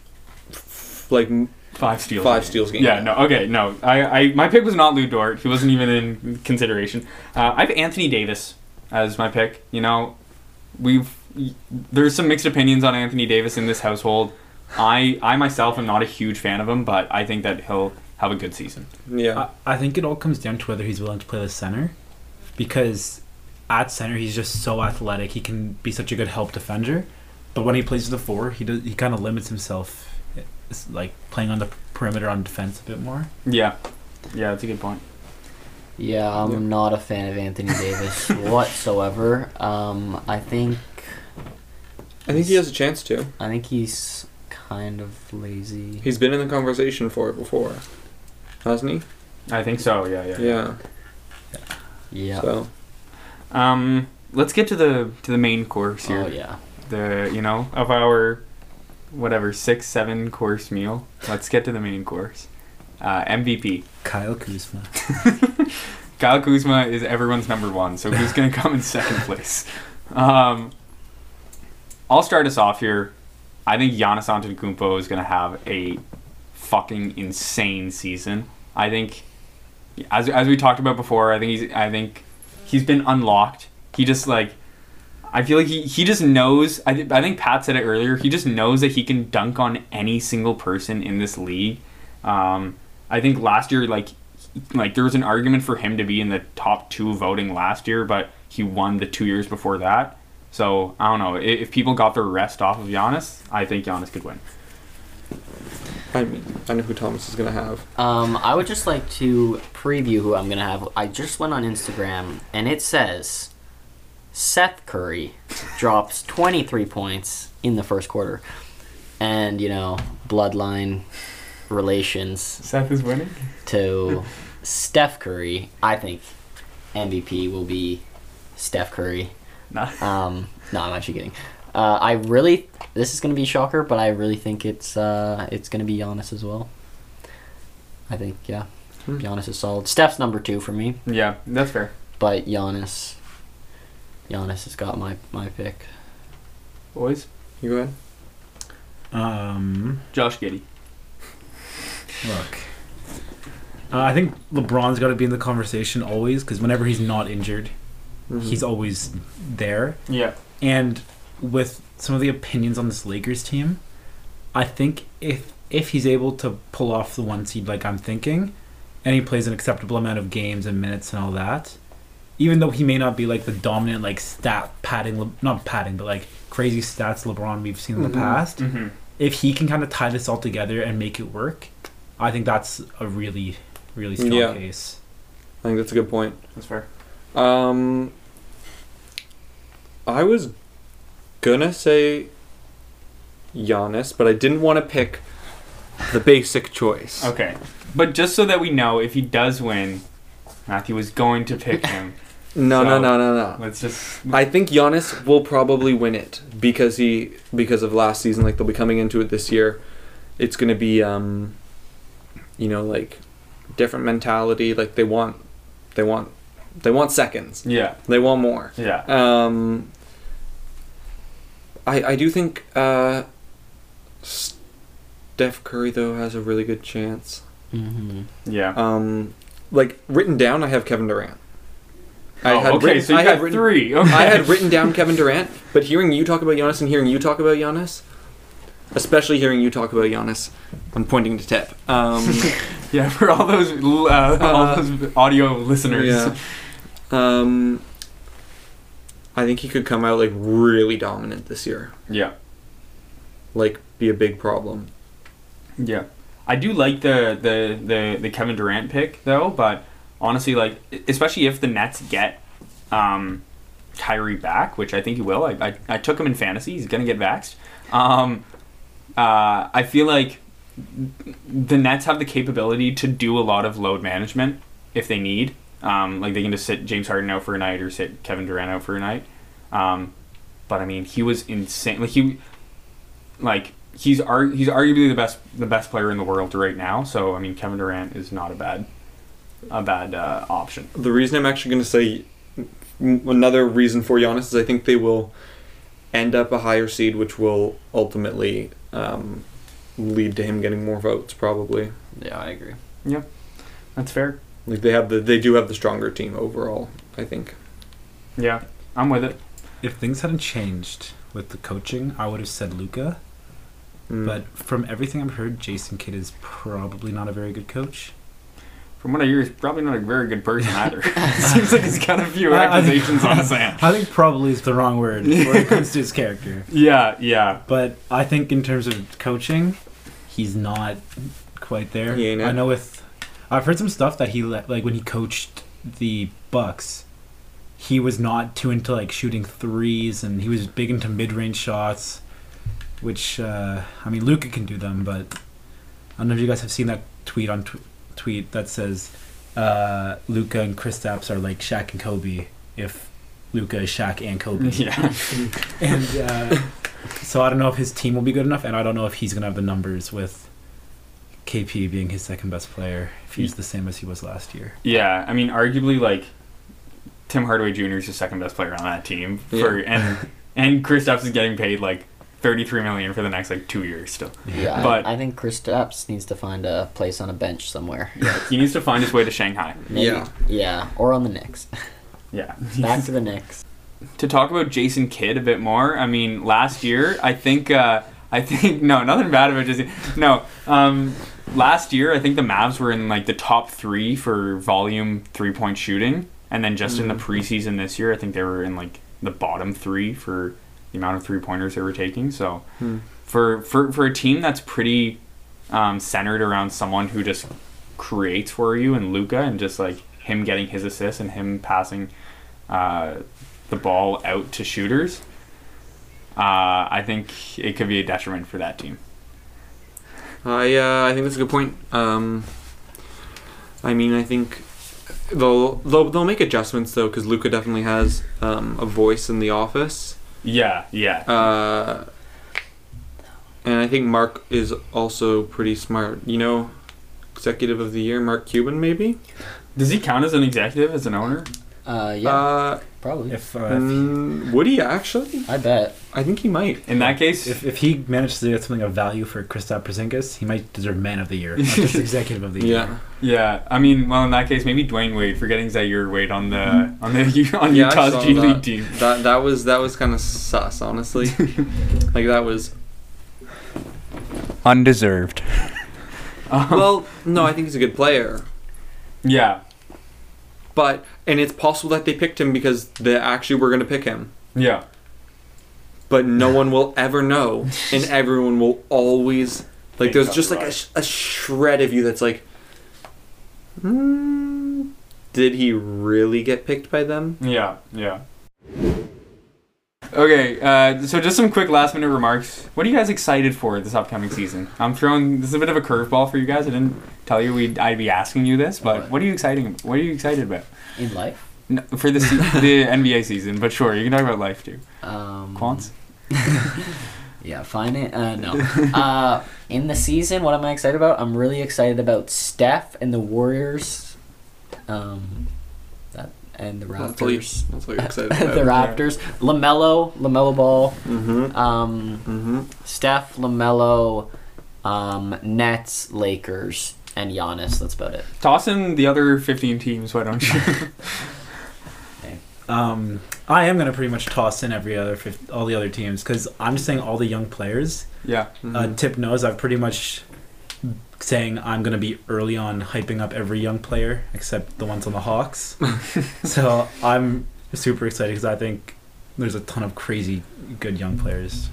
Speaker 4: f- like m-
Speaker 2: Five steals.
Speaker 4: five steals game.
Speaker 2: Yeah. No. Okay. No. I, I my pick was not Lou Dort. He wasn't even in consideration. Uh, I have Anthony Davis as my pick. You know, we've there's some mixed opinions on Anthony Davis in this household. I I myself am not a huge fan of him, but I think that he'll have a good season.
Speaker 4: Yeah.
Speaker 3: I, I think it all comes down to whether he's willing to play the center, because at center he's just so athletic. He can be such a good help defender, but when he plays the four, he does he kind of limits himself, it's like playing on the perimeter on defense a bit more.
Speaker 2: Yeah, yeah, that's a good point.
Speaker 5: Yeah, I'm
Speaker 4: Yeah.
Speaker 5: not a fan of Anthony Davis whatsoever. Um, I think
Speaker 4: I think he has a chance to.
Speaker 5: I think he's kind of lazy.
Speaker 4: He's been in the conversation for it before, hasn't he?
Speaker 2: I think so. Yeah, yeah.
Speaker 4: Yeah.
Speaker 5: Yeah. Oh,
Speaker 4: So
Speaker 2: Um, let's get to the to the main course here.
Speaker 5: oh yeah.
Speaker 2: The you know of our whatever six seven course meal. Let's get to the main course. Uh, MVP
Speaker 3: Kyle Kuzma.
Speaker 2: Kyle Kuzma is everyone's number one. So who's gonna come in second place? Um, I'll start us off here. I think Giannis Antetokounmpo is gonna have a fucking insane season. I think, as as we talked about before, I think he's I think he's been unlocked. He just like, I feel like he, he just knows. I th- I think Pat said it earlier. He just knows that he can dunk on any single person in this league. Um, I think last year like he- like there was an argument for him to be in the top two voting last year, but he won the two years before that. So I don't know I- if people got their rest off of Giannis. I think Giannis could win.
Speaker 4: I mean, I know who Thomas is gonna have.
Speaker 5: Um, I would just like to preview who I'm gonna have. I just went on Instagram and it says Seth Curry drops 23 points in the first quarter, and you know bloodline relations
Speaker 2: Seth is winning.
Speaker 5: to Steph Curry. I think MVP will be Steph Curry.
Speaker 2: Nah.
Speaker 5: Um, no, I'm actually kidding. Uh, I really, this is gonna be a shocker, but I really think it's uh, it's gonna be Giannis as well. I think yeah,
Speaker 4: Hmm.
Speaker 5: Giannis is solid. Steph's number two for me,
Speaker 2: Yeah, that's fair.
Speaker 5: but Giannis, Giannis has got my my pick.
Speaker 2: Boys,
Speaker 4: You go ahead.
Speaker 3: Um.
Speaker 2: Josh Giddy.
Speaker 3: Look, uh, I think LeBron's got to be in the conversation always because whenever he's not injured,
Speaker 4: Mm-hmm.
Speaker 3: he's always there.
Speaker 2: Yeah.
Speaker 3: And with some of the opinions on this Lakers team, I think if if he's able to pull off the one seed like I'm thinking, and he plays an acceptable amount of games and minutes and all that, even though he may not be like the dominant like stat padding, Le- not padding, but like crazy stats LeBron we've seen in
Speaker 4: Mhm.
Speaker 3: the past
Speaker 2: Mm-hmm.
Speaker 3: if he can kind of tie this all together and make it work, I think that's a really, really strong
Speaker 4: Yeah.
Speaker 3: case.
Speaker 4: I think that's a good point.
Speaker 2: That's fair.
Speaker 4: Um, I was gonna say Giannis, but I didn't want to pick the basic choice.
Speaker 2: Okay, but just so that we know, if he does win, Matthew was going to pick him.
Speaker 4: No, no,
Speaker 2: So-
Speaker 4: no, no, no.
Speaker 2: Let's just.
Speaker 4: I think Giannis will probably win it because he because of last season. Like they'll be coming into it this year. It's gonna be um, you know, like different mentality. Like they want, they want, they want seconds.
Speaker 2: Yeah.
Speaker 4: They want more.
Speaker 2: Yeah.
Speaker 4: Um, I I do think uh, Steph Curry though has a really good chance.
Speaker 5: Mm-hmm.
Speaker 2: Yeah.
Speaker 4: Um, like written down, I have Kevin Durant.
Speaker 2: oh, okay,
Speaker 4: written-
Speaker 2: so you
Speaker 4: I had
Speaker 2: got
Speaker 4: written-
Speaker 2: three. Okay.
Speaker 4: I had written down Kevin Durant, but hearing you talk about Giannis and hearing you talk about Giannis, especially hearing you talk about Giannis, I'm pointing to Tep. Um,
Speaker 2: yeah, for all those l- uh,
Speaker 4: Uh,
Speaker 2: all those audio listeners.
Speaker 4: yeah. Um, I think he could come out like really dominant this year,
Speaker 2: yeah.
Speaker 4: like be a big problem.
Speaker 2: Yeah, I do like the the the, the Kevin Durant pick though, but honestly, like e, especially if the Nets get um, Kyrie back, which I think he will. I, I I took him in fantasy. He's gonna get vaxxed. Um, uh, I feel like the Nets have the capability to do a lot of load management if they need. Um, like they can just sit James Harden out for a night or sit Kevin Durant out for a night. Um, but I mean, he was insane. Like he, like he's ar- he's arguably the best the best player in the world right now. So I mean, Kevin Durant is not a bad a bad uh, option.
Speaker 4: The reason I'm actually going to say m- another reason for Giannis is I think they will end up a higher seed, which will ultimately um, lead to him getting more votes, probably.
Speaker 5: Yeah, I agree.
Speaker 2: That's fair.
Speaker 4: Like they have the they do have the stronger team overall, I think.
Speaker 2: Yeah, I'm with it.
Speaker 3: if things hadn't changed with the coaching, I would have said Luca.
Speaker 4: Mm.
Speaker 3: But from everything I've heard, Jason Kidd is probably not a very good coach.
Speaker 2: From what I hear, he's probably not a very good person either. Seems like he's got a few accusations on his hands.
Speaker 3: I think probably is the wrong word when it comes to his character.
Speaker 2: Yeah, yeah.
Speaker 3: But I think in terms of coaching, he's not quite there.
Speaker 4: He ain't it.
Speaker 3: I know with I've heard some stuff that he le- like when he coached the Bucks, he was not too into like shooting threes and he was big into mid-range shots, which uh, I mean Luca can do them, but I don't know if you guys have seen that tweet on tw- tweet that says uh, Luca and Kristaps are like Shaq and Kobe if Luca is Shaq and Kobe.
Speaker 2: Yeah.
Speaker 3: And uh, so I don't know if his team will be good enough, and I don't know if he's going to have the numbers with KP being his second best player if he's the same as he was last year.
Speaker 2: Yeah. I mean, arguably, like, Tim Hardaway Jr. is the second best player on that team. For, and and Kristaps is getting paid, like, 33 million for the next like two years still
Speaker 5: Yeah,
Speaker 2: But-
Speaker 5: I, I think Chris Stapps needs to find a place on a bench somewhere.
Speaker 2: he needs to find his way to shanghai
Speaker 5: Maybe.
Speaker 4: Yeah.
Speaker 5: Yeah, or on the Knicks.
Speaker 2: yeah
Speaker 5: Back to the Knicks.
Speaker 2: to talk about Jason Kidd a bit more. I mean, last year, I think, uh, I think no, nothing bad about Jason. No, um, last year, I think the Mavs were in like the top three for volume three point shooting, and then just in the preseason this year, I think they were in like the bottom three for the amount of three pointers they were taking. So,
Speaker 4: Hmm.
Speaker 2: for for for a team that's pretty um, centered around someone who just creates for you and Luca and just like him getting his assists and him passing uh, the ball out to shooters, uh, I think it could be a detriment for that team.
Speaker 4: I uh, I think that's a good point. Um, I mean, I think they'll they'll, they'll make adjustments though, because Luca definitely has um, a voice in the office,
Speaker 2: Yeah, yeah,
Speaker 4: uh, and I think Mark is also pretty smart. You know, executive of the year, Mark Cuban, maybe.
Speaker 2: Does he count as an executive, as an owner?
Speaker 5: Uh, yeah,
Speaker 4: Uh,
Speaker 5: probably.
Speaker 3: If uh,
Speaker 4: mm, would he actually?
Speaker 5: I bet.
Speaker 4: I think he might.
Speaker 2: In that case,
Speaker 3: if, if he manages to get something of value for Kristaps Porzingis, he might deserve Man of the Year, not just Executive of the Year.
Speaker 4: Yeah.
Speaker 2: yeah. I mean, well, in that case, maybe Dwayne Wade for getting Zaire Wade on the on the on
Speaker 4: Yeah, I saw
Speaker 2: Utah's G
Speaker 4: that.
Speaker 2: League team.
Speaker 4: That that was that was kind of sus, honestly. like that was.
Speaker 2: Undeserved. Um,
Speaker 4: Well, no, I think he's a good player.
Speaker 2: Yeah,
Speaker 4: But and it's possible that they picked him because they actually were going to pick him.
Speaker 2: yeah.
Speaker 4: But no one will ever know, and everyone will always like.
Speaker 2: They
Speaker 4: There's
Speaker 2: got
Speaker 4: just
Speaker 2: it
Speaker 4: like a,
Speaker 2: right.
Speaker 4: sh- a shred of you that's like, mm, did he really get picked by them?
Speaker 2: Yeah, yeah. Okay, uh, so just some quick last minute remarks. What are you guys excited for this upcoming season? I'm throwing this is a bit of a curveball for you guys. I didn't tell you we'd I'd be asking you this, but what are you exciting? What are you excited about
Speaker 5: In life.
Speaker 2: no, for the se- the NBA season? But sure, you can talk about life too.
Speaker 5: Um,
Speaker 2: Quants.
Speaker 5: Yeah, find it. Uh, no. uh, in the season, what am I excited about? I'm really excited about Steph and the Warriors. Um, that and the
Speaker 4: That's all, you,
Speaker 5: Raptors.
Speaker 4: that's all you're excited
Speaker 5: the
Speaker 4: about.
Speaker 5: Raptors. Lamelo, Lamelo Ball.
Speaker 4: mm-hmm.
Speaker 5: Um,
Speaker 4: Mm-hmm.
Speaker 5: Steph, Lamelo, um, Nets, Lakers, and Giannis. That's about it.
Speaker 2: Toss in the other 15 teams. Why don't you?
Speaker 3: Um, I am going to pretty much toss in every other fif- all the other teams because I'm just saying all the young players.
Speaker 2: yeah,
Speaker 4: mm-hmm.
Speaker 3: Uh, Tip knows I've pretty much saying I'm going to be early on hyping up every young player except the ones on the Hawks. so I'm super excited because I think there's a ton of crazy good young players.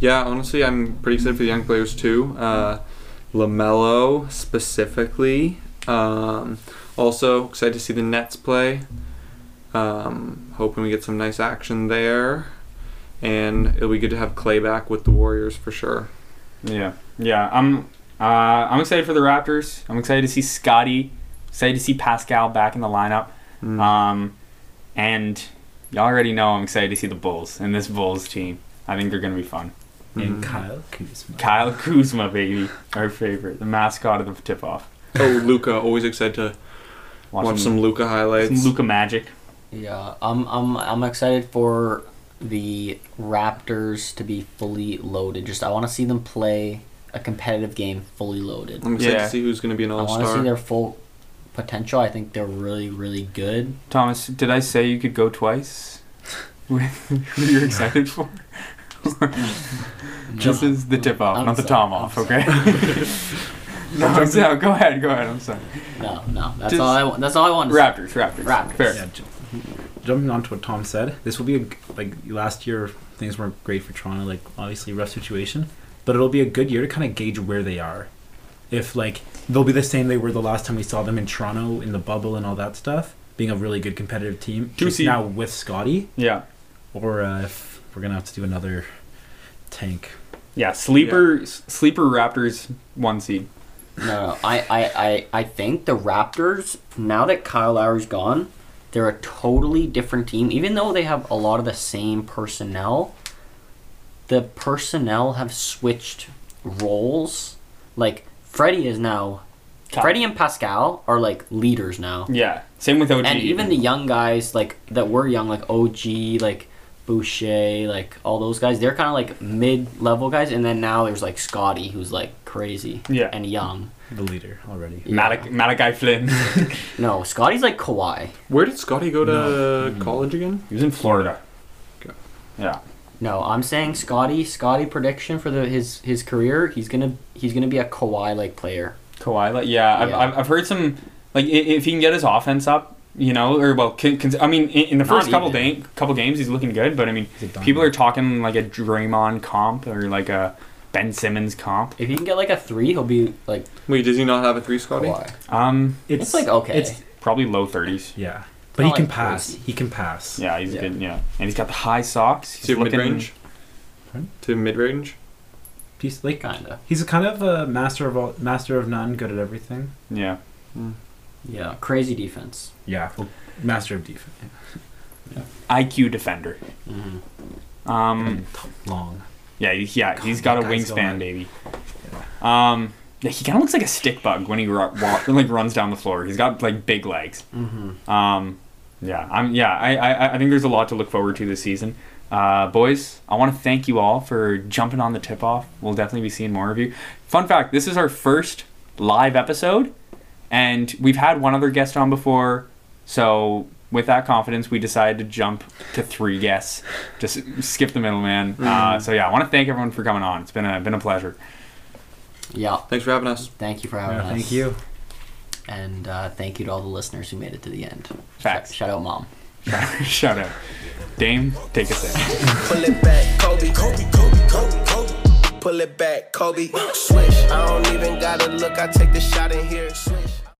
Speaker 4: Yeah, honestly, I'm pretty excited for the young players too. Uh, Lamelo specifically. Um, also excited to see the Nets play. Um, hoping we get some nice action there, and it'll be good to have Clay back with the Warriors for sure.
Speaker 2: yeah, yeah. I'm uh, I'm excited for the Raptors. I'm excited to see Scotty. Excited to see Pascal back in the lineup.
Speaker 4: Mm.
Speaker 2: Um, and you already know I'm excited to see the Bulls and this Bulls team. I think they're going to be fun.
Speaker 3: And
Speaker 4: Mm.
Speaker 3: Kyle Kuzma.
Speaker 2: Kyle Kuzma, baby, our favorite, the mascot of the tip-off.
Speaker 4: oh, Luca, always excited to watch, some Luca highlights.
Speaker 2: Luca magic.
Speaker 5: Yeah, I'm I'm I'm excited for the Raptors to be fully loaded. Just I want to see them play a competitive game fully loaded.
Speaker 4: I'm excited
Speaker 2: Yeah.
Speaker 4: to see who's going to be an
Speaker 5: I
Speaker 4: All
Speaker 5: want to see
Speaker 4: Star.
Speaker 5: their full potential. I think they're really really good.
Speaker 2: Thomas, did I say you could go twice? with who you're excited for? This is the tip off,
Speaker 5: I'm
Speaker 2: not the
Speaker 5: sorry,
Speaker 2: tom
Speaker 5: I'm
Speaker 2: off,
Speaker 5: sorry.
Speaker 2: okay? no, I'm sorry, go ahead, go ahead, I'm sorry.
Speaker 5: No, no. That's
Speaker 2: Just-
Speaker 5: all I want. That's all I want. to say.
Speaker 2: Raptors, Raptors.
Speaker 5: Raptors.
Speaker 2: Fair.
Speaker 3: Yeah, ju- jumping on to what Tom said, this will be a g like last year things weren't great for Toronto, like obviously rough situation, but it'll be a good year to kind of gauge where they are. If like they'll be the same they were the last time we saw them in Toronto in the bubble and all that stuff, being a really good competitive team.
Speaker 2: Two
Speaker 3: just
Speaker 2: seed.
Speaker 3: now with Scotty,
Speaker 2: Yeah.
Speaker 3: or uh, if we're gonna have to do another tank.
Speaker 2: Yeah, sleeper s- sleeper Raptors one seed.
Speaker 5: No, no. I, I, I, I think the Raptors, now that Kyle Lowry's gone, they're a totally different team. Even though they have a lot of the same personnel, the personnel have switched roles. Like, Freddie is now.
Speaker 2: Top.
Speaker 5: Freddie and Pascal are like leaders now.
Speaker 2: Yeah. Same with OG.
Speaker 5: And even the young guys, like, that were young, like OG, like Boucher, like all those guys, they're kind of like mid level guys. And then now there's like Scotty, who's like crazy
Speaker 2: Yeah.
Speaker 5: and young.
Speaker 3: The leader already.
Speaker 2: Malachi, Malachi Flynn. he
Speaker 5: No, Scotty's like Kawhi.
Speaker 4: Where did Scotty go to
Speaker 3: No. Mm.
Speaker 4: college again?
Speaker 2: was in Florida.
Speaker 4: Okay.
Speaker 2: Yeah.
Speaker 5: No, I'm saying Scotty. Scotty prediction for the his his career. He's gonna he's gonna be a Kawhi like player.
Speaker 2: Kawhi, like, yeah, I've,
Speaker 5: Yeah.
Speaker 2: I've, I've heard some like i- if he can get his offense up, you know, or well, can, can, I mean, in, in the
Speaker 5: Not
Speaker 2: first couple
Speaker 5: even.
Speaker 2: game, couple games, he's looking good, but I mean,
Speaker 3: He's a
Speaker 2: people
Speaker 3: dominant.
Speaker 2: are talking like a Draymond comp or like a Ben Simmons comp.
Speaker 5: If he can get like a three, he'll be like
Speaker 4: Wait, does he not have a three, Scotty?
Speaker 5: Kawhi.
Speaker 2: Um,
Speaker 5: It's, like okay.
Speaker 3: It's
Speaker 2: probably low thirties.
Speaker 3: yeah, but he
Speaker 5: not
Speaker 3: can
Speaker 5: like
Speaker 3: pass.
Speaker 5: crazy.
Speaker 3: He can pass.
Speaker 2: Yeah, he's
Speaker 5: Yeah.
Speaker 2: good. Yeah, and he's got the high socks. He's
Speaker 4: To mid
Speaker 2: looking-
Speaker 4: range.
Speaker 3: Hmm?
Speaker 4: To mid range.
Speaker 3: Piece like
Speaker 5: kinda.
Speaker 3: he's a kind of a master of all, master of none, good at everything.
Speaker 2: Yeah,
Speaker 5: Yeah, crazy defense.
Speaker 3: Yeah, well, master of defense.
Speaker 2: IQ defender.
Speaker 5: hmm Mm.
Speaker 2: Um,
Speaker 3: long.
Speaker 2: yeah, he- yeah, he's
Speaker 3: God,
Speaker 2: got a
Speaker 3: that guy's
Speaker 2: wingspan,
Speaker 3: going.
Speaker 2: baby. Um, yeah, he kind of looks like a stick bug when he ru- walk, like runs down the floor. He's got like big legs.
Speaker 5: hmm
Speaker 3: Mm-hmm.
Speaker 2: Um, yeah, I'm. Yeah, I, I, I think there's a lot to look forward to this season. Uh, boys, I want to thank you all for jumping on the tip off. We'll definitely be seeing more of you. Fun fact: this is our first live episode, and we've had one other guest on before. So with that confidence, we decided to jump to three guests. Just skip the middleman. Uh, so yeah, I want to thank everyone for coming on. It's been a been a pleasure.
Speaker 5: Yeah.
Speaker 4: Thanks for having us.
Speaker 5: Thank you for having
Speaker 3: Yeah,
Speaker 5: us.
Speaker 3: thank you.
Speaker 5: And uh, thank you to all the listeners who made it to the end.
Speaker 2: Facts.
Speaker 5: Sh- shout out, mom.
Speaker 2: Shout out, Dame. Take us in.
Speaker 1: Pull it back,
Speaker 2: Uh,
Speaker 1: Kobe. Kobe, Kobe, Kobe, Kobe. Pull it back, Kobe. Swish. I don't even gotta look. I take the shot in here. Swish.